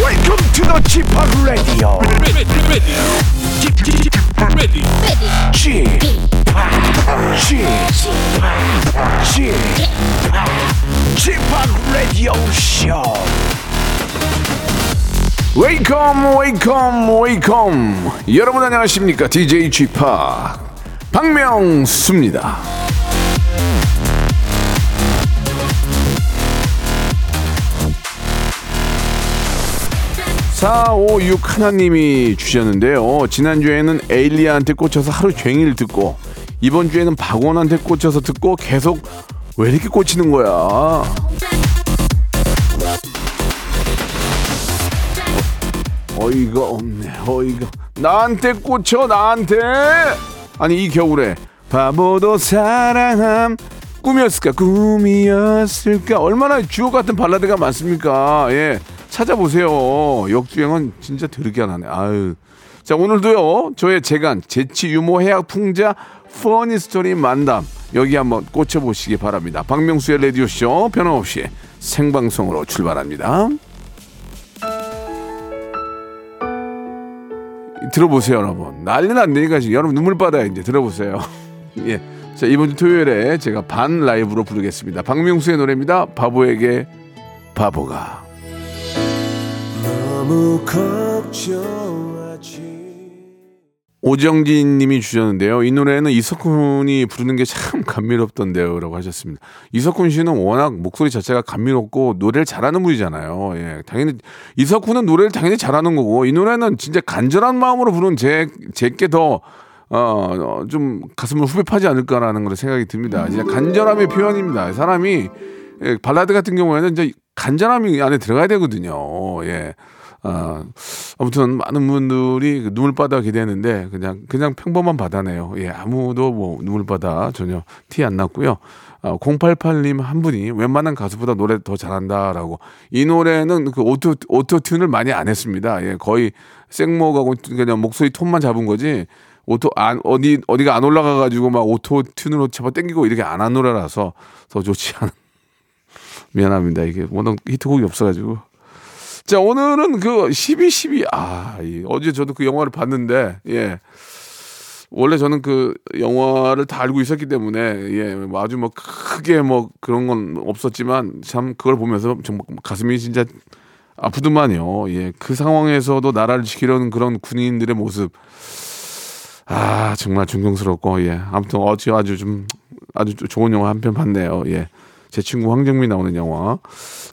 Welcome to the g p o p Radio. ready, ready, ready, ready, g p o p g p o p g p o p Radio Show. Welcome, welcome, welcome. 여러분 안녕하십니까? DJ g p o p 박명수입니다. 사5 6 하나님이 주셨는데요. 지난주에는 에일리아한테 꽂혀서 하루 종일 듣고 이번 주에는 박원한테 꽂혀서 듣고 계속 왜 이렇게 꽂히는 거야? 어이가 없네 어이가 나한테 꽂혀 나한테 아니 이 겨울에 바보도 사랑함 꿈이었을까 꿈이었을까 얼마나 주옥 같은 발라드가 많습니까 예 찾아보세요 역주행은 진짜 더럽게 안 하네 아유 자 오늘도요 저의 재간 재치 유머 해학 풍자 퍼니 스토리 만담 여기 한번 꽂혀보시기 바랍니다 박명수의 라디오 쇼 변함없이 생방송으로 출발합니다. 들어보세요, 여러분. 난리 났네니까 지금 여러분 눈물 받아요, 이제 들어보세요. 예. 자, 이번 주 토요일에 제가 반 라이브로 부르겠습니다. 박명수의 노래입니다. 바보에게 바보가. 오정진 님이 주셨는데요. 이 노래는 이석훈이 부르는 게 참 감미롭던데요. 라고 하셨습니다. 이석훈 씨는 워낙 목소리 자체가 감미롭고 노래를 잘하는 분이잖아요. 예. 당연히 이석훈은 노래를 당연히 잘하는 거고 이 노래는 진짜 간절한 마음으로 부른 제, 제게 더 어, 좀 가슴을 후벼파지 않을까라는 그런 생각이 듭니다. 진짜 간절함의 표현입니다. 사람이 예, 발라드 같은 경우에는 이제 간절함이 안에 들어가야 되거든요. 예. 아, 아무튼 많은 분들이 그 눈물바다 기대했는데 그냥 그냥 평범한 바다네요. 예, 아무도 뭐 눈물바다 전혀 티 안 났고요. 아, 088님 한 분이 웬만한 가수보다 노래 더 잘한다라고 이 노래는 그 오토 오토 튠을 많이 안 했습니다. 예, 거의 생목하고 그냥 목소리 톤만 잡은 거지 오토 안 어디 어디가 안 올라가 가지고 막 오토 튠으로 잡아 당기고 이렇게 안 한 노래라서 더 좋지 않은 미안합니다. 이게 워낙 히트곡이 없어가지고. 자, 오늘은 그 12, 12. 아, 이 어제 저도 그 영화를 봤는데, 예. 원래 저는 그 영화를 다 알고 있었기 때문에, 예. 뭐 아주 뭐 크게 뭐 그런 건 없었지만, 참 그걸 보면서 정말 가슴이 진짜 아프더만요. 예. 그 상황에서도 나라를 지키려는 그런 군인들의 모습. 아, 정말 존경스럽고, 예. 아무튼 어제 아주 좀, 아주 좋은 영화 한 편 봤네요. 예. 제 친구 황정민 나오는 영화.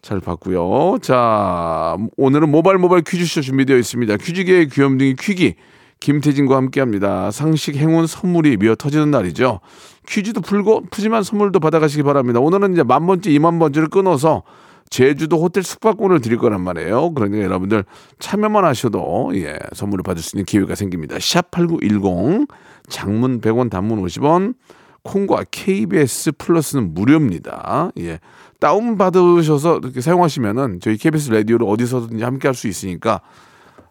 잘 봤고요. 자, 오늘은 모발 모발 퀴즈쇼 준비되어 있습니다. 퀴즈계의 귀염둥이 퀴기 김태진과 함께합니다. 상식 행운 선물이 미어 터지는 날이죠. 퀴즈도 풀고 푸짐한 선물도 받아가시기 바랍니다. 오늘은 이제 만 번째, 이만 번째를 끊어서 제주도 호텔 숙박권을 드릴 거란 말이에요. 그러니까 여러분들 참여만 하셔도 예, 선물을 받을 수 있는 기회가 생깁니다. 샵8910 장문 100원 단문 50원 콩과 KBS 플러스는 무료입니다. 예. 다운 받으셔서 이렇게 사용하시면은 저희 KBS 라디오를 어디서든지 함께 할 수 있으니까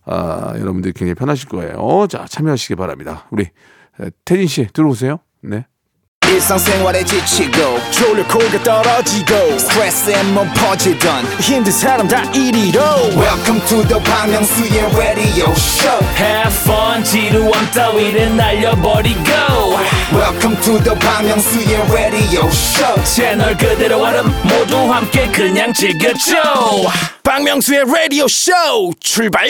아, 여러분들 굉장히 편하실 거예요. 자, 참여하시기 바랍니다. 우리 에, 태진 씨 들어오세요. 네. 일상생활에 지치고, 졸려 코가 떨어지고, 스트레스에 몸 퍼지던, 힘든 사람 다 이리로. welcome to the Bang Myung-soo's radio show Have fun 지루함 따위를 날려버리고 welcome to the Bang Myung-soo's radio show 채널 그대로 얼음 모두 함께 그냥 즐겨줘 박명수의 radio show 출발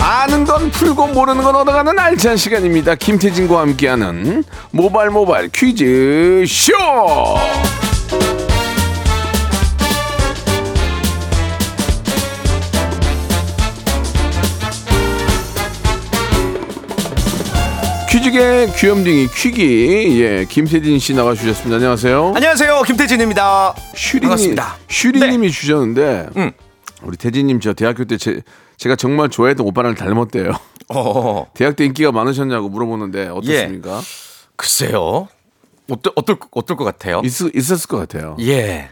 아는 건 풀고 모르는 건 얻어가는 알찬 시간입니다. 김태진과 함께하는 모발 모발 퀴즈 쇼. 퀴즈계 귀염둥이 퀴기 예 김태진 씨 나와주셨습니다. 안녕하세요. 안녕하세요 김태진입니다. 슈리님, 반갑습니다. 네. 슈리님이 주셨는데 음. 우리 태진님 저 대학교 때 제, 제가 정말 좋아했던 오빠랑 닮았대요. 어 대학 때 인기가 많으셨냐고 물어보는데 어떻습니까? 글쎄요 어떨 어떨 어떨 것 같아요? 있, 있었을 것 같아요. 예.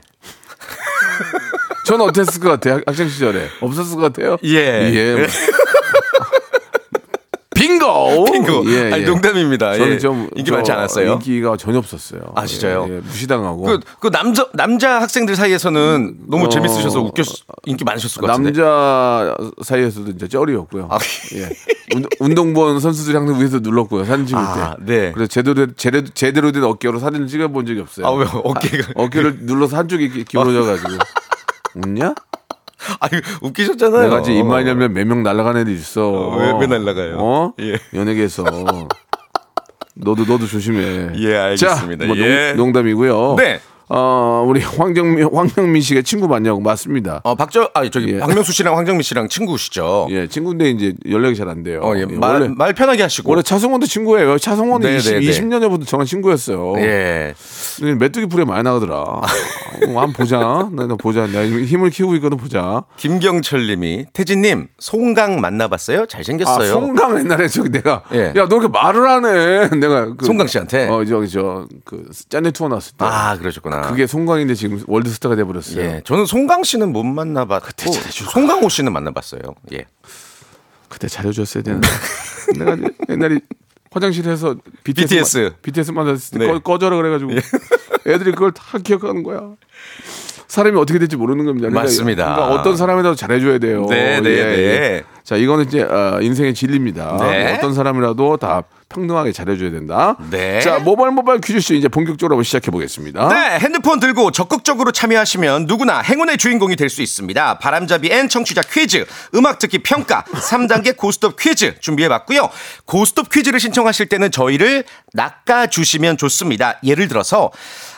저는 어땠을 것 같아요? 학생 시절에 없었을 것 같아요? 예. 예, 뭐. 빙고. 핑구. 예, 아니 예. 농담입니다. 저는 예. 좀 인기 저 많지 않았어요. 인기가 전혀 없었어요. 아, 진짜요? 예, 예, 무시당하고. 그, 그 남자 남자 학생들 사이에서는 너무 어, 재밌으셔서 웃겨 인기 많으셨을 것 같은데. 남자 사이에서도 이제 쩔이었고요. 아. 예. 운- 운동본 선수들이 항상 위에서 눌렀고요. 사진 찍을 아, 때. 네. 그래서 제대로, 제대로, 제대로 된 어깨로 사진을 찍어본 적이 없어요. 아, 왜 어깨가- 어깨를 눌러서 한쪽이 이렇게 기울어져가지고. 웃냐? 아 웃기셨잖아요. 내가 이제 입만 열면 몇 명 날아가는 애들 있어. 어, 왜- 왜 날아가요? 어? 예. 연예계에서. 너도 너도 조심해. 예, 알겠습니다. 자, 뭐 예. 농, 담이고요 네. 어, 우리 황정민 황정민 씨가 친구 맞냐고 맞습니다. 어 박정 아 저기 예. 박명수 씨랑 황정민 씨랑 친구시죠. 예, 친구인데 이제 연락이 잘 안 돼요. 어, 예. 예, 말, 원래 말 편하게 하시고. 원래 차성원도 친구예요. 차성원은 네, 20, 네, 네. 20년 전부터 정한 친구였어요. 예. 근데 메뚜기 풀에 많이 나가더라. 어, 한 보자. 나, 나 보자. 나 힘을 키우고 있거든 보자. 김경철 님이 태진 님, 송강 만나 봤어요? 아, 잘생겼어요. 송강 옛날에 저기 내가 예. 야 너 이렇게 말을 안 해. 내가 그, 송강 씨한테? 어 저기 저그 짠내 투어 나왔을 때 아, 그러셨구나. 그게 송강인데 지금 월드스타가 돼버렸어요. 예. 저는 송강 씨는 못 만나 봤고 송강호 씨는 만나 봤어요. 예. 그때 잘해줬어야 되는데 내가 옛날에 화장실에서 BTS BTS. BTS 만났을 때 네. 예. 꺼, 꺼져라 그래가지고 애들이 그걸 다 기억하는 거야. 사람이 어떻게 될지 모르는 겁니다. 그러니까 맞습니다. 그러니까 어떤 사람이라도 잘해줘야 돼요. 예, 네, 네, 네. 자, 이거는 이제 아, 인생의 진리입니다. 뭐 네. 어떤 사람이라도 다 평등하게 잘해줘야 된다. 네. 자, 모바일 모바일 퀴즈쇼 이제 본격적으로 시작해 보겠습니다. 네, 핸드폰 들고 적극적으로 참여하시면 누구나 행운의 주인공이 될 수 있습니다. 바람잡이 앤 청취자 퀴즈, 음악 듣기 평가, 3단계 고스톱 퀴즈 준비해봤고요. 고스톱 퀴즈를 신청하실 때는 저희를 낚아주시면 좋습니다. 예를 들어서,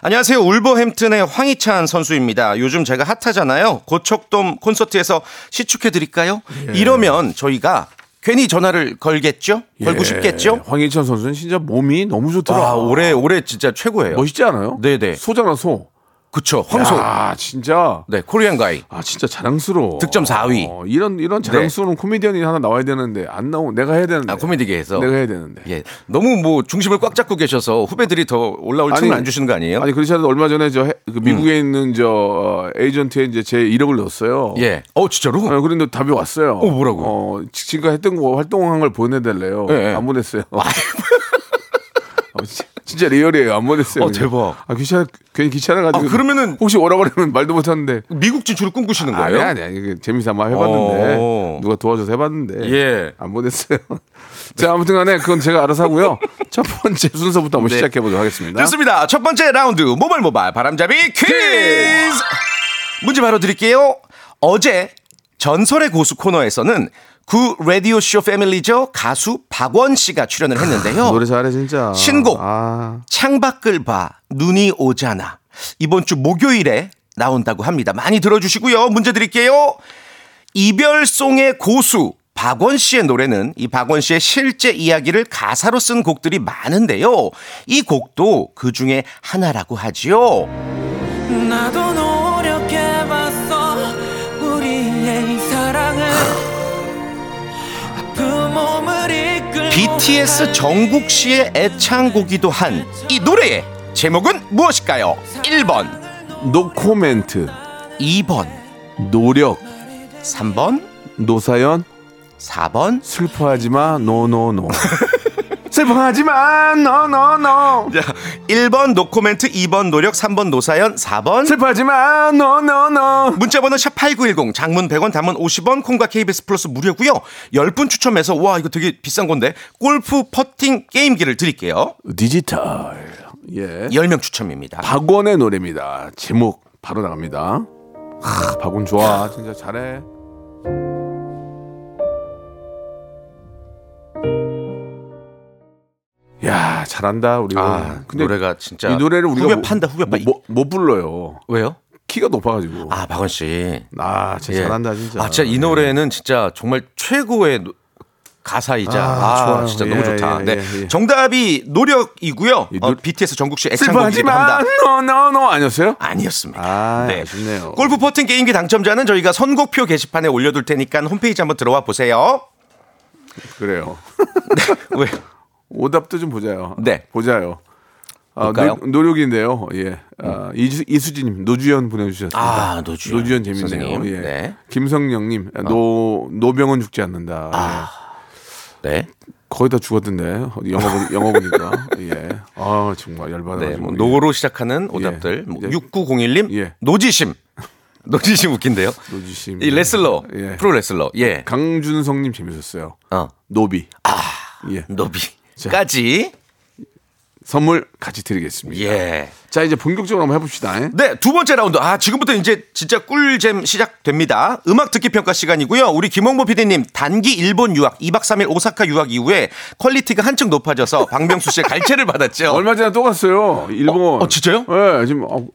안녕하세요. 울버햄튼의 황희찬 선수입니다. 요즘 제가 핫하잖아요. 고척돔 콘서트에서 시축해드릴까요? 예. 이러면 저희가 괜히 전화를 걸겠죠? 걸고 예, 싶겠죠? 황희찬 선수는 진짜 몸이 너무 좋더라. 아, 올해, 올해 진짜 최고예요. 멋있지 않아요? 네네. 소잖아, 소. 그쵸. 황소. 아, 진짜. 네, 코리안 가이. 아 진짜 자랑스러워. 득점 4위. 네. 어, 이런 이런 자랑스러운 코미디언이 하나 나와야 되는데 안 나오고 내가 해야 되는데. 아, 코미디계에서. 내가 해야 되는데. 예. 너무 뭐 중심을 꽉 잡고 계셔서 후배들이 더 올라올 틈을 안 주시는 거 아니에요? 음. 아니 그렇지 않아도 얼마 전에 저 해- 그 미국에 있는 저 어, 에이전트에 이제 제 1억을 넣었어요. 예. 어, 진짜로? 어, 그런데 답이 왔어요. 어, 뭐라고? 어, 지- 지금까지 했던 거 활동한 걸 보내달래요. 예, 예. 안 보냈어요. 어, 진- 진짜 리얼이에요. 안 보냈어요. 어, 그냥. 대박. 아, 귀찮아, 괜히 귀찮아가지고. 아, 그러면은- 혹시 오라고 그러면 말도 못하는데. 미국 진출을 꿈꾸시는 아니, 거예요? 아니, 아니. 이게 재미삼아 해봤는데. 어. 누가 도와줘서 해봤는데. 예. 안 보냈어요. 자, 아무튼 간에 그건 제가 알아서 하고요. 첫 번째 순서부터 한번 네. 시작해보도록 하겠습니다. 좋습니다. 첫 번째 라운드 모발 모발 바람잡이 퀴즈. 문제 바로 드릴게요. 어제 전설의 고수 코너에서는 구 라디오 쇼 패밀리죠 가수 박원 씨가 출연을 했는데요. 아, 어. 노래 잘해, 진짜. 신곡. 아, 창밖을 봐 눈이 오잖아 이번 주 목요일에 나온다고 합니다 많이 들어주시고요 문제 드릴게요 이별송의 고수 박원 씨의 노래는 이 박원 씨의 실제 이야기를 가사로 쓴 곡들이 많은데요 이 곡도 그 중에 하나라고 하지요 나도 노력해봤어 우리의 사랑을 아픈 몸을 이끌고 BTS 정국 씨의 애창곡이도 한 이 노래의 제목은 무엇일까요 1번 노코멘트, 2번 노력, 3번 노사연, 4번 슬퍼하지 마, 노노노. 슬퍼하지 마, 노노노. 자, 1번 노코멘트, 2번 노력, 3번 노사연, 4번 슬퍼하지 마, 노노노. 문자번호 샵8910 장문 100원 단문 50원 콩과 KBS 플러스 무료고요 10분 추첨해서 와 이거 되게 비싼 건데 골프 퍼팅 게임기를 드릴게요 디지털. 예. 10명 추첨입니다 박원의 노래입니다. 제목 바로 나갑니다. 하, 박원 좋아. 진짜 잘해. 야, 잘한다 우리. 아 근데 노래가 뭐- 진짜 이 노래를 우리가 후배 못- 판다 후배 판 못, 못 불러요. 왜요? 키가 높아 가지고. 아, 아 박원 씨 진짜 예. 잘한다 진짜. 아 진짜 이 노래는 진짜 정말 최고의 노- 가사이자 아, 아, 좋아요. 진짜 예, 너무 좋다. 예, 네. 예, 예. 정답이 노력이고요. 이 노- 어, BTS 정국 씨 슬퍼하지 애창곡이기도 마. 한다. 노노노 아니었어요? 아니었습니다. 아, 아쉽네요. 골프 퍼팅 게임기 당첨자는 저희가 선곡표 게시판에 올려둘 테니까 홈페이지 한번 들어와 보세요. 그래요. 왜? 오답도 좀 보자요. 네. 보자요. 아, 볼까요? 음. 노, 노력인데요. 예. 아, 이수, 이수진님, 노주현 보내주셨습니다. 아, 노주현. 노주현 재밌네요. 선생님. 예. 네. 아. 김성령님, 노 노병은 죽지 않는다. 네. 예. 거의 다 죽었던데 영어 보- 영어 보니까 예아 정말 열받아 네, 뭐 노로 시작하는 오답들. 예. 뭐 예. 6901님 예. 노지심. 노지심 웃긴데요. 노지심. 이 레슬러. 예. 프로 레슬러. 예. 강준성님 재밌었어요 어. 노비 예 노비까지. 선물 같이 드리겠습니다 예. 자 이제 본격적으로 한번 해봅시다 예. 네, 두 번째 라운드. 아, 지금부터 이제 진짜 꿀잼 시작됩니다. 음악 듣기 평가 시간이고요. 우리 김홍보 PD님, 단기 일본 유학, 2박 3일 오사카 유학 이후에 퀄리티가 한층 높아져서 박명수 씨의 갈채를 받았죠. 얼마 전에 또 갔어요 일본 어, 어, 진짜요? 예 지금 어,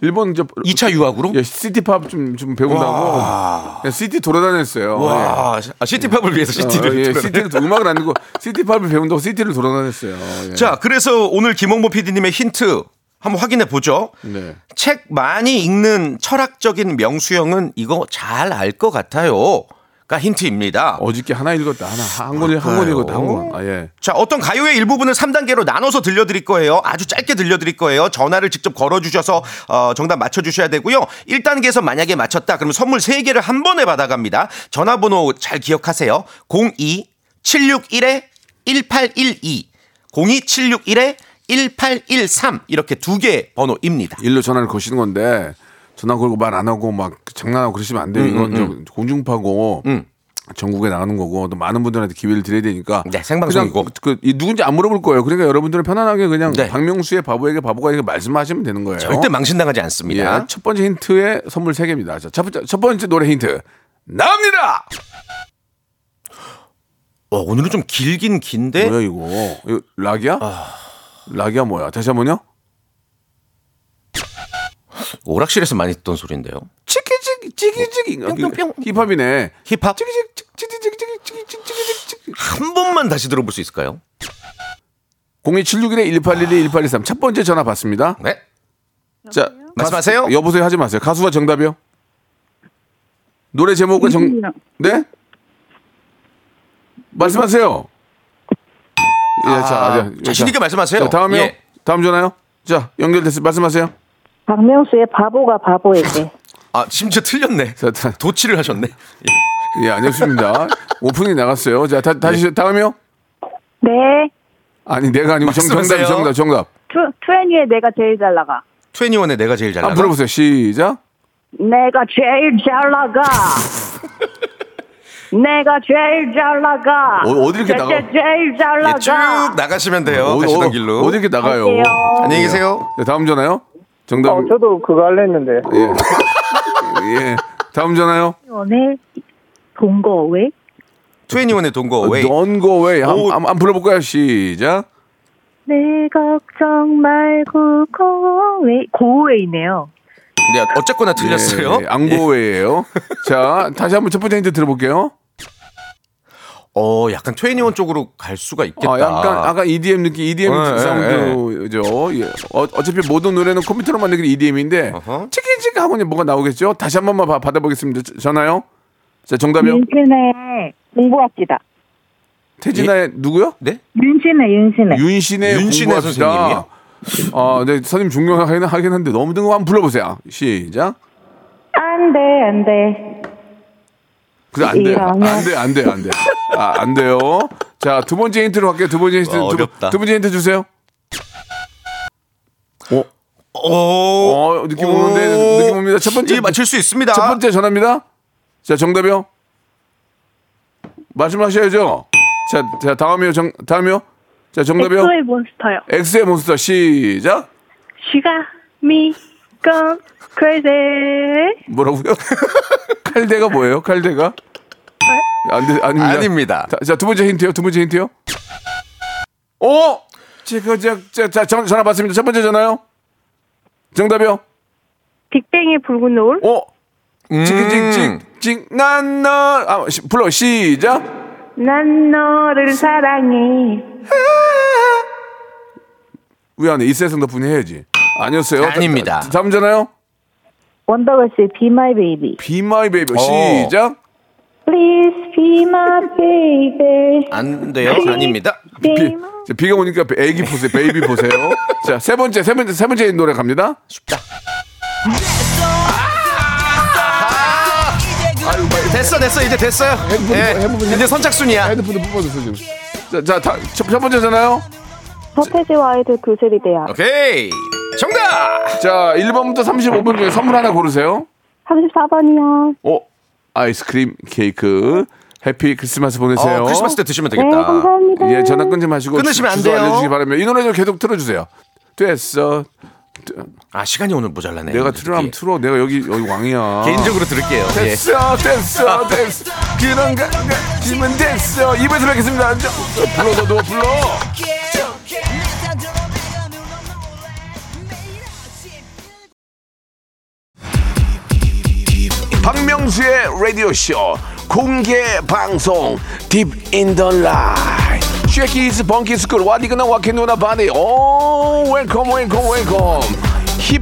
일본 이제 2차 유학으로? 아, 예, 시티팝 좀, 좀 배운다고 예, 시티 돌아다녔어요 예. 와, 아, 시티팝을 위해서 시티를. 어, 예, 돌아다녔- 시티를 음악을 안 듣고 시티팝을 배운다고 시티를 돌아다녔어요. 예. 자, 그래서 오늘 김홍보 PD님의 힌트 한번 확인해 보죠. 네. 책 많이 읽는 철학적인 명수형은 이거 잘 알 것 같아요. 가 힌트입니다. 어저께 하나 읽었다 하나 한권 한권 읽었다 한권 아, 예. 자, 어떤 가요의 일부분을 3단계로 나눠서 들려드릴 거예요. 아주 짧게 들려드릴 거예요. 전화를 직접 걸어주셔서 어, 정답 맞춰주셔야 되고요. 1단계에서 만약에 맞췄다. 그러면 선물 3개를 한 번에 받아갑니다. 전화번호 잘 기억하세요. 02761-1812. 02761-1813. 이렇게 두 개의 번호입니다. 일로 전화를 거시는 건데 전화 걸고 말 안 하고 막 장난하고 그러시면 안 음, 돼요. 이건 좀 공중파고 전국에 나가는 거고 또 많은 분들한테 기회를 드려야 되니까 네, 생방송이고. 그냥 그, 이 누군지 안 물어볼 거예요. 그러니까 여러분들은 편안하게 그냥 네. 박명수의 바보에게 바보가 이렇게 말씀하시면 되는 거예요. 절대 망신당하지 예, 않습니다. 첫 번째 힌트에 선물 세개입니다 자, 첫, 번째, 첫 번째 노래 힌트 나옵니다. 어, 오늘은 좀 길긴 긴데 뭐야 이거? 이거 락이야? 아. 락이야 뭐야? 다시 한번요. 오락실에서 많이 듣던 소리인데요. 찌기찌기 찌기찌기 뿅뿅뿅. 힙합이네. 힙합 찌기찌기찌기찌기찌기찌기찌기찌기찌기 한 번만 다시 들어볼 수 있을까요? 02761에 1812 1813. 첫 번째 전화 받습니다. 네. 자, 말씀하세요. 가수- 여보세요 하지 마세요. 가수가 정답이요. 노래 제목과 정 네? 말씀하세요. 예, 자, 예, 아, 자신 있게 자, 말씀하세요. 자, 다음이요. 예. 다음 전화요. 자, 연결됐습니다. 말씀하세요. 박명수의 바보가 바보에게. 아 심지어 틀렸네. 자, 다, 도치를 하셨네. 예, 안녕하십니다. 오프닝 나갔어요. 자, 다, 예. 다시 다음이요. 네. 아니, 내가 아니고 정, 정답, 말씀하세요. 정답, 정답. 투, 투애니의 내가 제일 잘 나가. 트웬티원의 내가 제일 잘 나가. 한번 불러보세요. 시작. 내가 제일 잘 나가. 내가 제일 잘 나가. 어, 어디 이렇게 제- 나가? 제- 제일 잘 예, 쭉 나가. 나가시면 돼요. 어, 가시던 어, 길로. 어디 이렇게 나가요? 어, 갈게요. 안녕히 계세요. 자, 다음 전화요. 정답. 어, 저도 그거 할려 했는데. 예. 예. 다음 전화요. 오늘 동거 왜? 트웬티원의 동거 어, 웨이. 넌거 왜? 오. 한번 불러볼까요? 시작. 내 걱정 말고 고웨이 고웨이네요. 네, 어쨌거나 틀렸어요. 예, 안고웨예요. 자, 다시 한번 첫 번째 힌트 들어볼게요. 어, 약간 트웬티원 쪽으로 갈 수가 있겠다. 아, 약간 아까 EDM 느낌, E EDM 예, 사운드죠. 예. 어, 어차피 모든 노래는 컴퓨터로 만들기 EDM인데 네. 어허. 치킨치킨 하고 이제 뭐가 나오겠죠? 다시 한 번만 봐- 받아보겠습니다. 저- 전화요. 자, 정답이요. 네. 윤신의 공부합시다. 태진아의 누구요? 네? 윤신의 윤신의. 윤신의 윤신의 공부합시다. 아, 네, 선생님 중요하긴 하긴 한데 너무 뜬거 한번 불러보세요. 시작. 안돼 안돼. 그래 안 돼, 이러면- 안 돼, 안 돼, 안 돼. 아, 안 돼요. 자, 두 번째 힌트로 갈게요. 두 번째 힌트, 와, 두, 번- 어렵다. 두 번째 힌트 주세요. 오. 어, 느낌 오는데 느낌 옵니다. 첫 번째 예, 맞출 수 있습니다. 첫 번째 전화입니다. 자, 정답이요. 말씀하셔야죠. 자, 자 다음이요. 정, 다음이요. 자, 정답이요. 엑소의 몬스터요. 엑스의 몬스터 시작. She가 me gone crazy. 뭐라고요? 칼대가 뭐예요? 칼대가? 아, 안 돼, 아닙니다. 아닙니다. 자, 자, 두 번째 힌트요. 두 번째 힌트요. 어? 제가 자, 자, 자, 전, 전화 받습니다. 첫 번째 전화요. 정답이요. 빅뱅의 붉은 노을. 어? 음. 찡찡찡찡 난너 아, 시, 불러 시작. 난 너를 사랑해. 왜 안 해? 이세성 덕분에 해야지. 아니었어요. 다- 아닙니다. 다- 다음 전화요. 원더걸스의 Be My Baby. Be My Baby 어. 시작. Please be my baby. 안 돼요. 아닙니다. 비, Be my 자, 비가 오니까 애기 보세요. 베이비 보세요. 자, 세 번째, 세 번째, 세 번째 노래 갑니다. 쉽다. 아! 아유, 됐어 됐어 이제 됐어요. 핸드폰, 예, 핸드폰. 이제 선착순이야. 핸드폰도 뽑아줬어 지금. 자, 자, 다, 첫, 첫 번째잖아요. 서태지와 아이들 교실이 돼야 어. 오케이. 정답! 자, 1번부터 35번 중에 선물 하나 고르세요. 34번이요 어, 아이스크림 케이크. 해피 크리스마스 보내세요. 어, 크리스마스 때 드시면 네 되겠다. 감사합니다 예, 전화 끊지 마시고 끊으시면 안 주소 돼요. 알려주시기 바랍니다. 이 노래 좀 계속 틀어주세요. 됐어. 아, 시간이 오늘 모자라네. 아. 내가 틀으라면 틀어. 내가 여기 여기 왕이야. 개인적으로 들을게요. 예. 됐어, 됐어, 됐어. 그런 가지면 됐어. 입에서 뵙겠습니다. 앉아. 불러서 너 불러. 박명수의 라디오 쇼 공개 방송 딥 인더 라이. 쉐키즈 번키스쿨 와디그나 와케누나 바디. 오, 웰컴 웰컴 웰컴.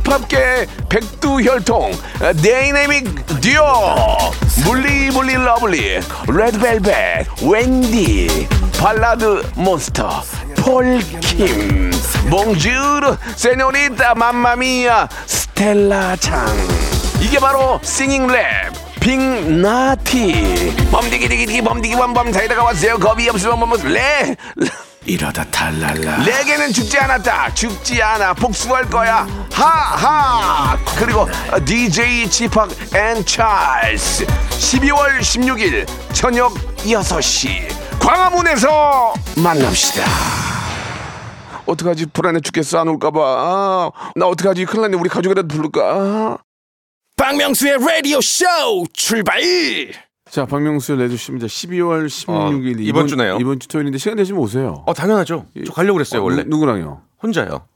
힙합계 백두혈통 데이내믹 듀오 물리물리 러블리 레드벨벳 웬디 발라드 몬스터 폴킴 몽주르 세뇨리타 맘마미아 스텔라 창 이게 바로 싱잉랩 빅나티 범디기디기디 범디기범범 사이다가 왔어요 겁이 없으면 범범레 네. 이러다 탈랄라 레게는 죽지 않았다 죽지 않아 복수할 거야 하하 그리고 DJ 지팍 앤 찰스 12월 16일 저녁 6시 광화문에서 만납시다 어떡하지 불안해 죽겠어 안 올까봐 아, 나 어떡하지 큰일 났네 우리 가족이라도 부를까 아. 박명수의 라디오 쇼 출발 자, 박명수 내주십니다. 12월 16일 어, 이번 주네요. 이번 주 토요일인데 시간 되시면 오세요. 어, 당연하죠. 저 가려고 그랬어요, 어, 원래. 누, 누구랑요? 혼자요.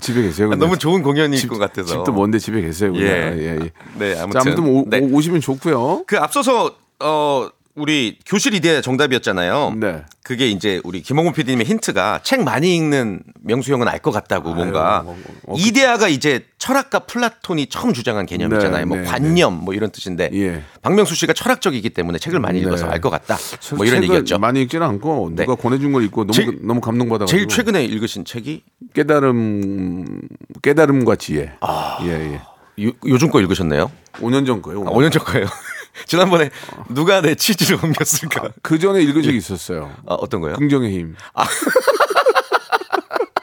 집에 계세요. 근데. 아, 너무 좋은 공연일 집- 것 같아서. 집도 먼데 집에 계세요. 그냥. 예. 예, 예. 네, 자, 뭐- 아무튼. 아무튼 오, 네. 오- 오시면 좋고요. 그 앞서서 어 우리 교실 이대 정답이었잖아요. 네. 그게 이제 우리 김홍훈 PD님의 힌트가 책 많이 읽는 명수 형은 알 것 같다고 뭔가 뭐, 뭐, 어, 그- 이데아가 이제 철학가 플라톤이 처음 주장한 개념이잖아요. 네, 뭐 네, 관념 뭐 이런 뜻인데 예. 박명수 씨가 철학적이기 때문에 책을 많이 읽어서 네. 알 것 같다. 저- 뭐 이런 책을 얘기였죠. 많이 읽지는 않고 네. 누가 권해준 걸 읽고 너무 그, 제일- 너무 감동받아. 제일 최근에 읽으신 책이 깨달음 깨달음과 지혜. 예, 예. 요, 요즘 거 읽으셨네요. 5년 전 거예요. 아, 5년 전 거예요. 지난번에 누가 내 치즈를 옮겼을까? 그 전에 읽은 적이 있었어요. 아, 어떤 거예요? 긍정의 힘. 아.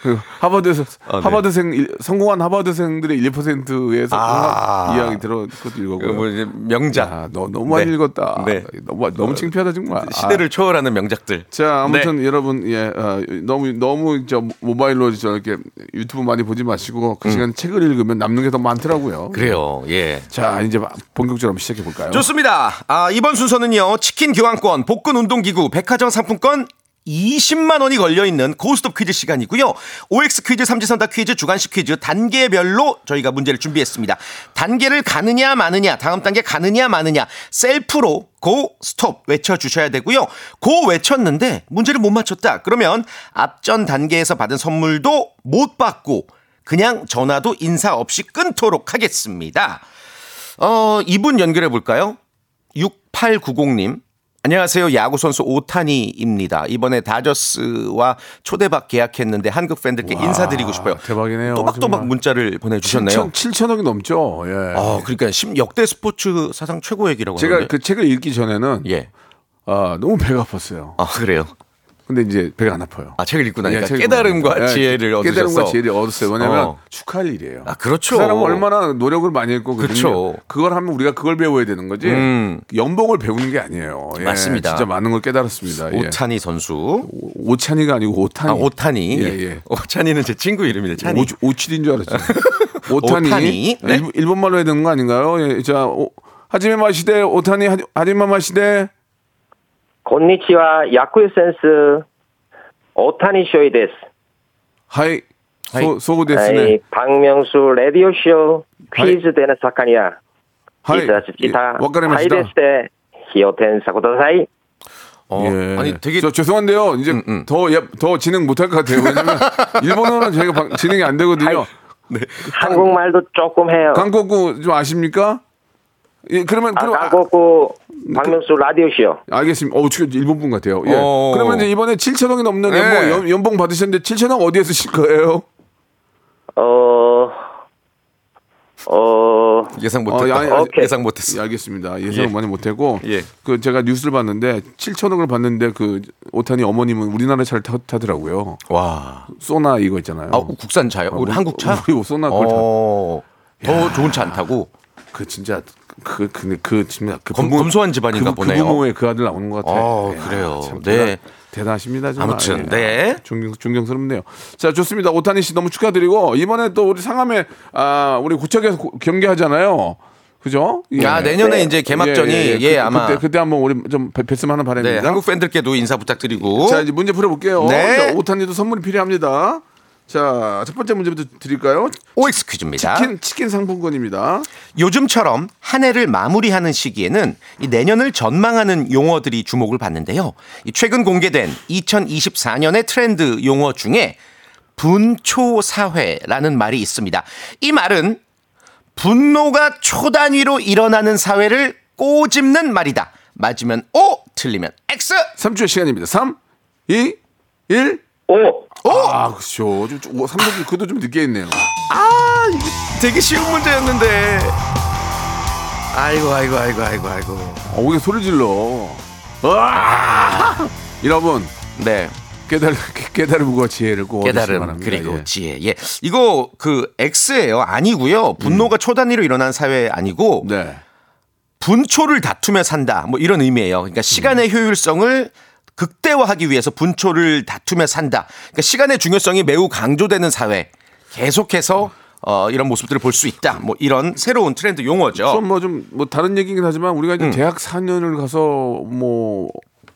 그 하버드에서 네. 하버드생 일- 성공한 하버드생들의 1%의 성공 아. 한 이야기 들어 그것도 그 뭐 읽었고요. 이제 명작. 야, 아, 너 너무 많이 네. 읽었다. 네. 너무 너무 창피하다 정말. 시대를 네. 초월하는 명작들. 아. 자 아무튼 여러분 예 어, 너무 너무 저 모바일로 저렇게 유튜브 많이 보지 마시고 그 시간 책을 읽으면 남는 게 더 많더라고요. 음. 그래요. 예. 자 이제 막 본격적으로 한번 시작해 볼까요? 좋습니다. 아, 이번 순서는요. 치킨 교환권, 복근 운동기구, 백화점 상품권 20만 원이 걸려 있는 고스톱 퀴즈 시간이고요. OX 퀴즈, 삼지선다 퀴즈, 주간식 퀴즈 단계별로 저희가 문제를 준비했습니다. 단계를 가느냐 마느냐, 다음 단계 가느냐 마느냐, 셀프로 고 스톱 외쳐 주셔야 되고요. 고 외쳤는데 문제를 못 맞췄다. 그러면 앞전 단계에서 받은 선물도 못 받고 그냥 전화도 인사 없이 끊도록 하겠습니다. 어, 이분 연결해 볼까요? 6890님. 안녕하세요. 야구 선수 오타니입니다. 이번에 다저스와 초대박 계약했는데 한국 팬들께 인사드리고 싶어요. 대박이네요, 또박또박 정말. 문자를 보내 주셨네요. 7천억이 넘죠. 예. 아, 그러니까 심- 역대 스포츠 사상 최고액이라고 제가 하는데. 그 책을 읽기 전에는 예. 아, 너무 배가 아팠어요. 아, 그래요. 근데 이제 배가 안 아파요. 아, 책을 읽고 나니까 예, 책을 깨달음과 보니까. 예, 지혜를 얻으셔서 깨달음과 지혜를 얻었어요. 왜냐하면 어. 축하할 일이에요. 아, 그렇죠. 그 사람은 얼마나 노력을 많이 했고 그 그렇죠. 능력, 그걸 하면 우리가 그걸 배워야 되는 거지. 음. 연봉을 배우는 게 아니에요. 예, 맞습니다. 진짜 많은 걸 깨달았습니다. 예. 오타니 선수. 오- 오찬이가 아니고 오탄이. 아, 오타니. 예, 예. 오타니는 제 친구 이름인데. 찬이. 오, 칠인줄 알았죠. 오타니. 오타니. 네. 일- 일본말로 해야 되는 거 아닌가요? 예, 자, 오, 하지메 마시대, 오타니, 하- 하지마 마시대. こんにちは、ヤクユセンス、大谷翔です。 하이. 하이. 소, 소고 は 데스네. い、パンミョンスレディオショー、はいクイズでの魚や、いただきた、わかりまはしいた。ですね、火を転さください。 어, 예. 아니 되게 음, 저 죄송한데요. 이제 더, 예, 더 진행 못할 것 같아요. 왜냐면 일본어는 저희가 방- 진행이 안 되거든요. 韓国말도조금해요。 아, 한국어 좀 아십니까? 예, 그러면 あ 그럼 韓国、パンミョンスラディオショー。 아, 알겠습니다. 어, 지금 일본 분 같아요. 예. 어. 그러면 이제 이번에 7천억이 넘는 네. 연봉, 연- 연봉 받으셨는데 7천억 어디에 쓰실 거예요? 어, 어, 예상 어, 못했다. 야, 야, 오케이. 예상 못했어. 예, 알겠습니다. 예상 예. 을 많이 못했고 예. 그 제가 뉴스를 봤는데 7천 억을 봤는데 그 오타니 어머님은 우리나라 차를 타, 타더라고요. 와. 소나 이거 음. 있잖아요. 뭐, 아, 국산 차요? 우리 우- 한국 차? 우리 소나 그걸 타- 어. 더 좋은 차 안 타고 그 진짜 그 근데 그 진짜 그 검- 부모- 검소한 집안인가 그, 보네요. 그 부모의 그 아들 나오는 것 같아요. 어, 야, 그래요. 참 네. 대단- 대단하십니다. 정말. 아무튼, 예. 네. 존경 존경스럽네요. 자 좋습니다. 오타니 씨 너무 축하드리고 이번에 또 우리 상암에 아 우리 고척에서 고- 경기하잖아요. 그죠? 예. 야 내년에 네. 이제 아, 개막전이 예, 그, 아마 그때, 그때 한번 우리 좀 뵀- 뵀으면 하는 네, 바람입니다. 한국 팬들께도 인사 부탁드리고 자 이제 문제 풀어볼게요. 네. 자, 오타니도 선물이 필요합니다. 자첫 번째 문제부터 드릴까요? OX 퀴즈입니다. 치킨 치킨 상품권입니다. 요즘처럼 한 해를 마무리하는 시기에는 이 내년을 전망하는 용어들이 주목을 받는데요. 이 최근 공개된 2024년의 트렌드 용어 중에 분초사회라는 말이 있습니다. 이 말은 분노가 초단위로 일어나는 사회를 꼬집는 말이다. 맞으면 O, 틀리면 X. 3초의 시간입니다. 3, 2, 1. 오, 아, 그렇죠. 좀, 좀, 3도 그도 좀 늦게 했네요. 아, 되게 쉬운 문제였는데. 아이고 아이고 아이고 아이고 아이고. 어, 왜 소리 질러? 으아! 여러분, 네. 깨달음, 깨달음과 지혜를 꼭 얻으시기 깨달음 바랍니다. 그리고 뭐 예. 지혜. 예. 이거 그 X예요. 아니고요. 분노가 초단위로 일어난 사회 아니고 음. 네. 분초를 다투며 산다. 뭐 이런 의미예요. 음. 그러니까 시간의 효율성을 극대화하기 위해서 분초를 다투며 산다. 그러니까 시간의 중요성이 매우 강조되는 사회. 음. 계속해서 어, 이런 모습들을 볼 수 있다. 뭐 이런 새로운 트렌드 용어죠. 좀 뭐 좀 뭐 다른 얘기긴 하지만 우리가 음. 이제 대학 4년을 가서 뭐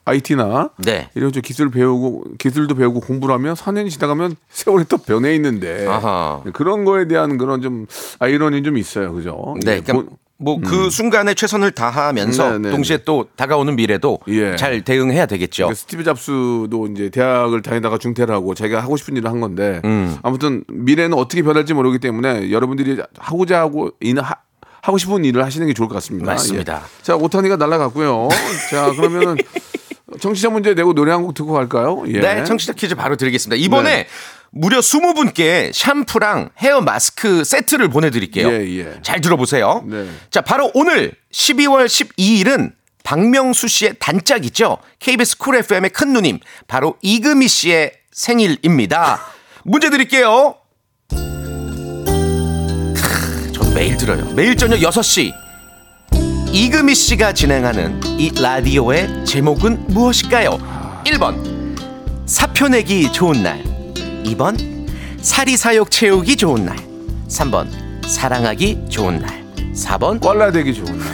IT나 네. 이런 좀 기술 배우고 기술도 배우고 공부를 하면 4년이 지나가면 세월이 또 변해 있는데 아하. 그런 거에 대한 그런 좀 아이러니 좀 있어요. 그죠? 네. 예, 그러니까 본- 뭐 그 순간에 최선을 다하면서 음. 네, 네, 동시에 또 다가오는 미래도 예. 잘 대응해야 되겠죠. 그러니까 스티브 잡스도 이제 대학을 다니다가 중퇴를 하고 자기가 하고 싶은 일을 한 건데 음. 아무튼 미래는 어떻게 변할지 모르기 때문에 여러분들이 하고자 하고 이는 하, 하고 싶은 일을 하시는 게 좋을 것 같습니다. 맞습니다. 예. 자 오타니가 날라갔고요. 자 그러면은 청취자 문제 내고 노래 한 곡 듣고 갈까요? 예. 네, 청취자 퀴즈 바로 드리겠습니다. 이번에 네. 무려 20분께 샴푸랑 헤어 마스크 세트를 보내드릴게요. 예, 예. 잘 들어보세요. 네. 자, 바로 오늘 12월 12일은 박명수 씨의 단짝이죠. KBS 쿨 FM의 큰 누님, 바로 이금희 씨의 생일입니다. 문제 드릴게요. 크, 저 매일 들어요. 매일 저녁 6시. 이금희 씨가 진행하는 이 라디오의 제목은 무엇일까요? 1번 사표 내기 좋은 날 2번 사리 사욕 채우기 좋은 날 3번 사랑하기 좋은 날 4번 꽐라대기 좋은 날.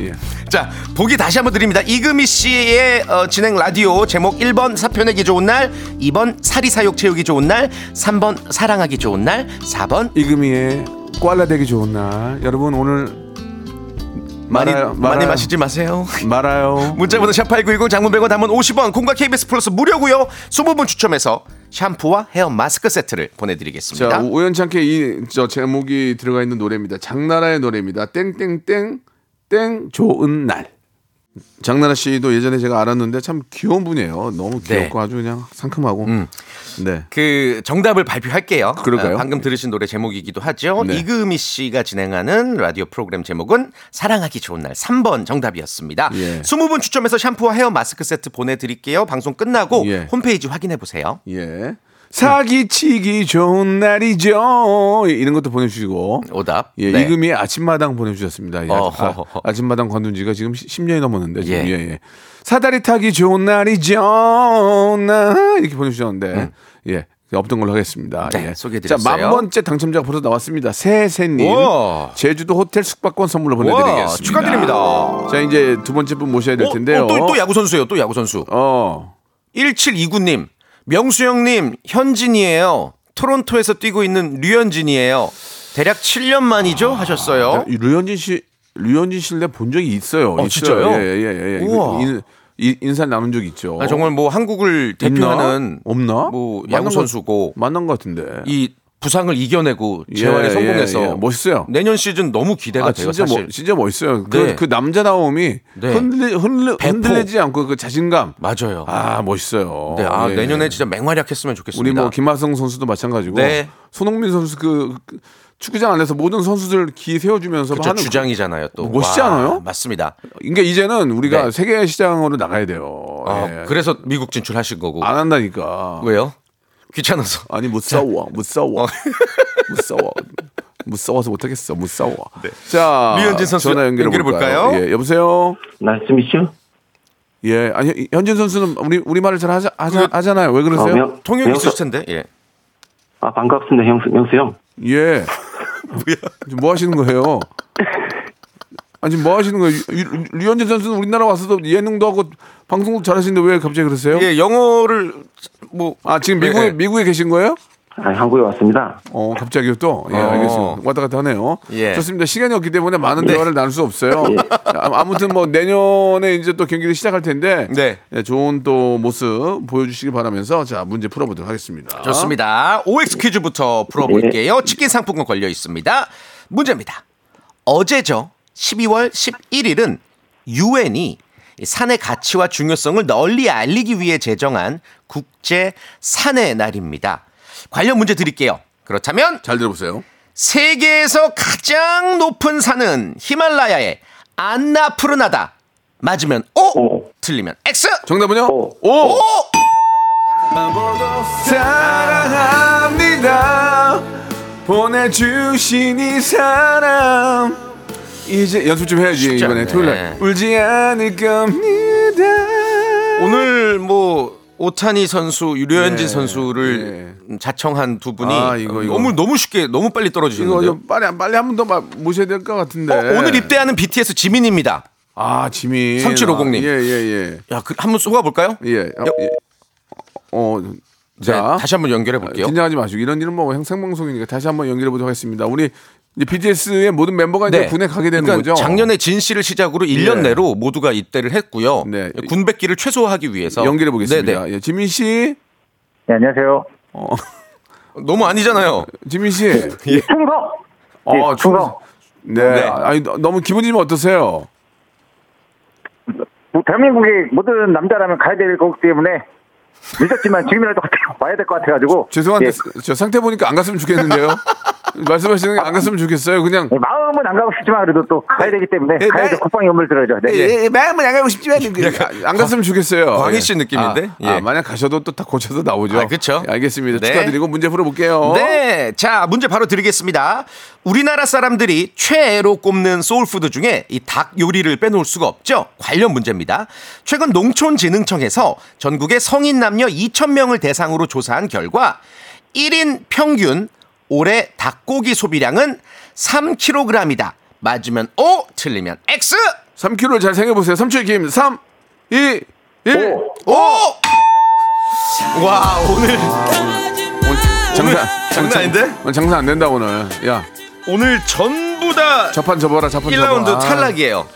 예. 자 보기 다시 한번 드립니다 이금희 씨의 어, 진행 라디오 제목 1번 사표 내기 좋은 날 2번 사리 사욕 채우기 좋은 날 3번 사랑하기 좋은 날 4번 이금희의 꽐라대기 좋은 날. 여러분 오늘 많이 말아요, 많이 말아요. 마시지 마세요 말아요. 문자번호 샵8910 장문 100원 단문 50원 콩과 KBS 플러스 무료고요 20분 추첨해서 샴푸와 헤어 마스크 세트를 보내드리겠습니다 자 우연찮게 이 저 제목이 들어가 있는 노래입니다. 장나라의 노래입니다. 땡땡땡 땡 좋은 날. 장나라 씨도 예전에 제가 알았는데 참 귀여운 분이에요. 너무 귀엽고 네. 아주 그냥 상큼하고. 음. 네. 그 정답을 발표할게요 그럴까요? 어, 방금 들으신 노래 제목이기도 하죠 네. 이금희 씨가 진행하는 라디오 프로그램 제목은 사랑하기 좋은 날 3번 정답이었습니다 예. 20분 추첨해서 샴푸와 헤어 마스크 세트 보내드릴게요 방송 끝나고 예. 홈페이지 확인해보세요 예. 사기치기 좋은 날이죠. 예, 이런 것도 보내주시고. 오답 예, 네. 이금희의 아침마당 보내주셨습니다. 예, 어허허허. 아, 침마당 관둔 지가 지금 10년이 넘었는데. 지금. 예. 예, 예. 사다리 타기 좋은 날이죠. 나 이렇게 보내주셨는데. 예. 없던 걸로 하겠습니다. 음. 네, 예. 소개해드렸어요. 자, 만 번째 당첨자가 벌써 나왔습니다. 세세님. 우와. 제주도 호텔 숙박권 선물로 보내드리겠습니다. 네, 와, 축하드립니다 어, 자, 이제 두 번째 분 모셔야 될 텐데요. 어, 또, 또 야구선수예요 또 야구선수 어. 1729님, 명수형님, 현진이에요. 토론토에서 뛰고 있는 류현진이에요. 대략 7년 만이죠? 아, 하셨어요. 네, 류현진 씨, 류현진 씨를 내가 본 적이 있어요. 어, 있어요. 진짜요? 예, 예, 예. 예. 우와. 인- 인- 인사 나눈 적 있죠. 아, 정말 뭐 한국을 있나? 대표하는 없나? 뭐 만난 야구 선수고 거- 만난 것 같은데. 이 부상을 이겨내고 예, 재활에 예, 성공해서 네. 예. 멋있어요. 내년 시즌 너무 기대가 아, 돼요. 진짜, 사실 멋, 진짜 멋있어요. 그, 네. 그 남자다움이 네. 흔들리, 흔들, 배포. 흔들리지 않고 그 자신감. 맞아요. 아, 멋있어요. 네, 아 예. 내년에 진짜 맹활약했으면 좋겠습니다. 우리 뭐 김하성 선수도 마찬가지고 네. 손흥민 선수 그, 그 축구장 안에서 모든 선수들 기 세워주면서 그쵸, 하는 뭐 주장이잖아요. 또 멋있지 와, 않아요? 맞습니다. 그러니까 이제는 우리가 네. 세계 시장으로 나가야 돼요. 아, 예. 아, 그래서 미국 진출하신 거고 안 한다니까. 왜요? 귀찮아서. 아니 무서워, 무서워, 어. 무서워, 무서워서 못하겠어, 무서워. 자, 네. 류현진 선수 전화 연결해 연결해 볼까요? 볼까요? 예, 여보세요. 말씀이시죠? 예, 아니 현- 현진 선수는 우리 우리 말을 잘 하자, 하자 하잖아요. 왜 그러세요? 통역 있으실 텐데. 예. 아 반갑습니다, 형수 형수 형. 예. 지금 뭐 하시는 거예요? 아니 지금 뭐 하시는 거예요? 유- 유- 류현진 선수는 우리나라 와서도 예능도 하고 방송도 잘하시는데 왜 갑자기 그러세요? 예, 영어를 뭐 아 지금 미국에 예, 예. 미국에 계신 거예요? 아, 한국에 왔습니다. 어 갑자기 또? 예 어. 알겠습니다. 왔다 갔다 하네요. 예. 좋습니다. 시간이 없기 때문에 많은 대화를 나눌 수 없어요. 아, 아무튼 뭐 내년에 이제 또 경기를 시작할 텐데 네. 예, 좋은 또 모습 보여주시기 바라면서 자 문제 풀어보도록 하겠습니다. 좋습니다. OX 퀴즈부터 풀어볼게요. 치킨 상품권 걸려 있습니다. 문제입니다. 어제죠. 12월 11일은 유엔이 산의 가치와 중요성을 널리 알리기 위해 제정한 국제 산의 날입니다. 관련 문제 드릴게요. 그렇다면 잘 들어보세요. 세계에서 가장 높은 산은 히말라야의 안나푸르나다. 맞으면 O, 어. 오. 틀리면 X. 정답은요? 오. 오! 오! 사랑합니다 보내주신 이 사람 이제 연습 좀 해야지 쉽지 이번에 않네. 토요일날 울지 않을 겁니다 오늘 뭐 오타니 선수, 유료현진 네, 선수를 자청한 두 분이 예. 아, 이거, 이거. 너무 너무 쉽게 너무 빨리 이거 네. 떨어지는데요. 좀 빨리 빨리 한 번 더 모셔야 될 것 같은데 어, 오늘 입대하는 BTS 지민입니다. 아 지민 3750 님. 예예예 야, 그 한번 쏘아 볼까요? 예, 어, 예. 어, 네, 자 다시 한번 연결해 볼게요. 긴장하지 마시고 이런 일은 뭐 생방송이니까 다시 한번 연결해 보도록 하겠습니다 우리 이제 BTS의 모든 멤버가 이제 군에 가게 되는 그러니까 거죠 작년에 진 씨를 시작으로 1년 예. 내로 모두가 입대를 했고요. 네. 군백기를 최소화하기 위해서 연결해 네, 보겠습니다 네. 예, 지민 씨 네, 안녕하세요. 너무 아니잖아요. 지민 씨. 충성. 어, 예, 충성. 네. 네. 아니 너- 너무 기분이 좀 어떠세요? 뭐, 대한민국의 모든 남자라면 가야 될 거기 때문에 늦었지만 지금이라도 와야 될 것 같아가지고. 죄송한데 예. 저 상태 보니까 안 갔으면 좋겠는데요. 말씀하시는 게 안 갔으면 좋겠어요. 그냥 예, 마음은 안 가고 싶지만 그래도 또 가야 되기 때문에 예, 가야죠. 네. 국방의 업무를 들어야죠. 네. 예, 마음은 안 가고 싶지만 예, 그, 아, 안, 갔으면 좋겠어요. 광희 예. 씨 느낌인데? 아, 아, 예. 만약 가셔도 또 다 고쳐서 나오죠. 아, 그쵸? 예, 알겠습니다. 네. 축하드리고 문제 풀어볼게요. 네. 자, 문제 바로 드리겠습니다. 우리나라 사람들이 최애로 꼽는 소울푸드 중에 이 닭 요리를 빼놓을 수가 없죠. 관련 문제입니다. 최근 농촌진흥청에서 전국의 성인 남녀 2,000명을 대상으로 조사한 결과 1인 평균 올해 닭고기 소비량은 3kg이다. 맞으면 O, 틀리면 X. 3kg를 잘 생각해 보세요. 3초의 김. 3, 2, 1. O! 와, 오늘 장사, 장난 아닌데? 오늘 장사 안 된다 오늘. 야, 오늘 전부 다 자판 접어라. 자판 접어라. 아, 1라운드 탈락이에요.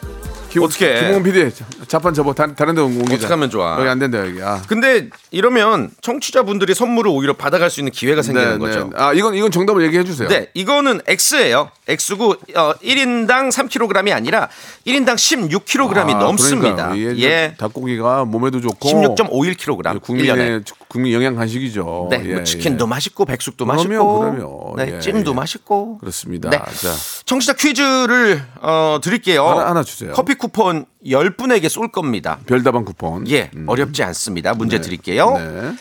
김, 어떡해. 김홍 PD 자판 접어 다, 다른 데 옮기자. 어떡하면 좋아. 여기 안 된다 여기. 아. 근데 이러면 청취자분들이 선물을 오히려 받아갈 수 있는 기회가 생기는 거죠. 아 이건 이건 정답을 얘기해 주세요. 네, 이거는 X예요. X고 어, 1인당 3kg이 아니라 1인당 16kg이 아, 넘습니다. 그러니까요. 이게 예. 닭고기가 몸에도 좋고 예, 16.51kg 국민의 1년에. 주- 국민 영양 간식이죠. 네, 뭐 예, 치킨도 예. 맛있고 백숙도 그럼요, 맛있고 그럼요. 네, 예, 찜도 예. 맛있고 그렇습니다. 네. 자. 청취자 퀴즈를 어, 드릴게요. 하나- 하나 주세요. 커피 쿠폰 10분에게 쏠 겁니다. 별다방 쿠폰. 예, 음. 어렵지 않습니다. 문제 드릴게요. 네.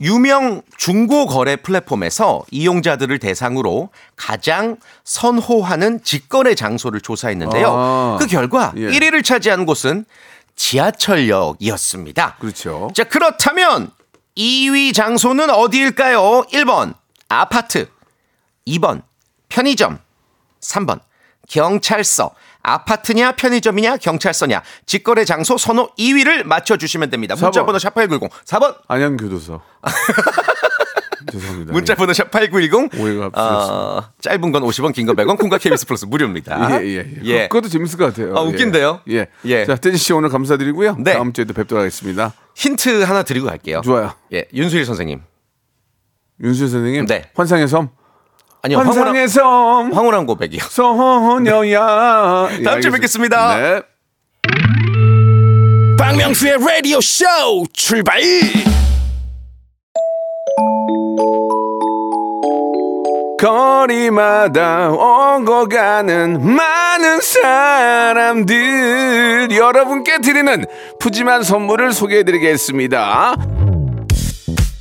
유명 중고 거래 플랫폼에서 이용자들을 대상으로 가장 선호하는 직거래 장소를 조사했는데요. 아. 그 결과 예. 1위를 차지한 곳은 지하철역이었습니다. 그렇죠. 자, 그렇다면 2위 장소는 어디일까요? 1번 아파트, 2번 편의점, 3번 경찰서. 아파트냐 편의점이냐 경찰서냐 직거래 장소 선호 2위를 맞춰 주시면 됩니다. 문자 사번. 번호 샵8910 4번 안양교도소. 죄송합니다. 문자 번호 샵 8910. 네. 오해가 어, 짧은 건 50원, 긴 건 100원, 콩과 KBS 플러스 무료입니다. 예, 예, 예. 그- 그것도 재밌을 것 같아요. 아, 웃긴데요? 예. 예. 자, 태진 씨 오늘 감사드리고요. 네. 다음 주에 또 뵙도록 하겠습니다. 힌트 하나 드리고 갈게요. 좋아요. 예, 윤수일 선생님. 윤수 선생님. 네. 예, 환상의 네. 섬. 아니요, 황홀한, 환상에서 황홀한 고백이요. 소녀야. 예, 다음 주에 알겠습니다. 뵙겠습니다. 네. 박명수의 라디오 쇼 출발 거리마다 오고 가는 많은 사람들 여러분께 드리는 푸짐한 선물을 소개해드리겠습니다.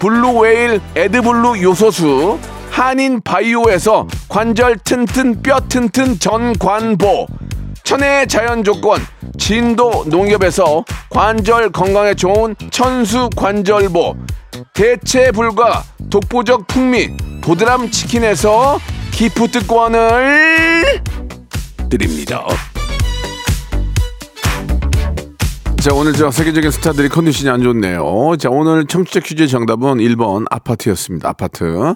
블루웨일 에드블루 요소수 한인 바이오에서 관절 튼튼 뼈 튼튼 전관보 천혜의 자연 조건 진도 농협에서 관절 건강에 좋은 천수 관절보 대체 불과 독보적 풍미 보드람 치킨에서 기프트권을 드립니다. 자 오늘 저 세계적인 스타들이 컨디션이 안 좋네요. 자 오늘 청취자 퀴즈의 정답은 1번 아파트였습니다. 아파트.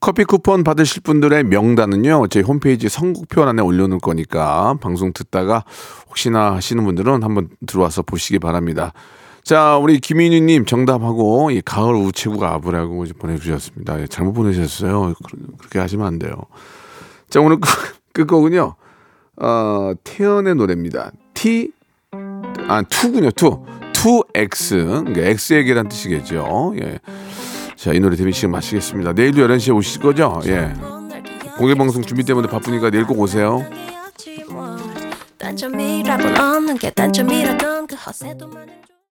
커피 쿠폰 받으실 분들의 명단은요. 제 홈페이지 선곡표 안에 올려놓을 거니까 방송 듣다가 혹시나 하시는 분들은 한번 들어와서 보시기 바랍니다. 자 우리 김인희님 정답하고 이 가을 우체국가 아부라고 보내주셨습니다. 예, 잘못 보내셨어요. 그러- 그렇게 하시면 안 돼요. 자 오늘 끝- 끝곡은요. 어, 태연의 노래입니다. T 아, 투군요, 투. 투 X. 그러니까 X의 계란 뜻이겠죠. 예. 자, 이 노래 들으시고 마시겠습니다. 내일도 11시에 오실 거죠? 예. 공개 방송 준비 때문에 바쁘니까 내일 꼭 오세요. 단점이라면 없는 게 단점이라던 그 허세도 많은 줄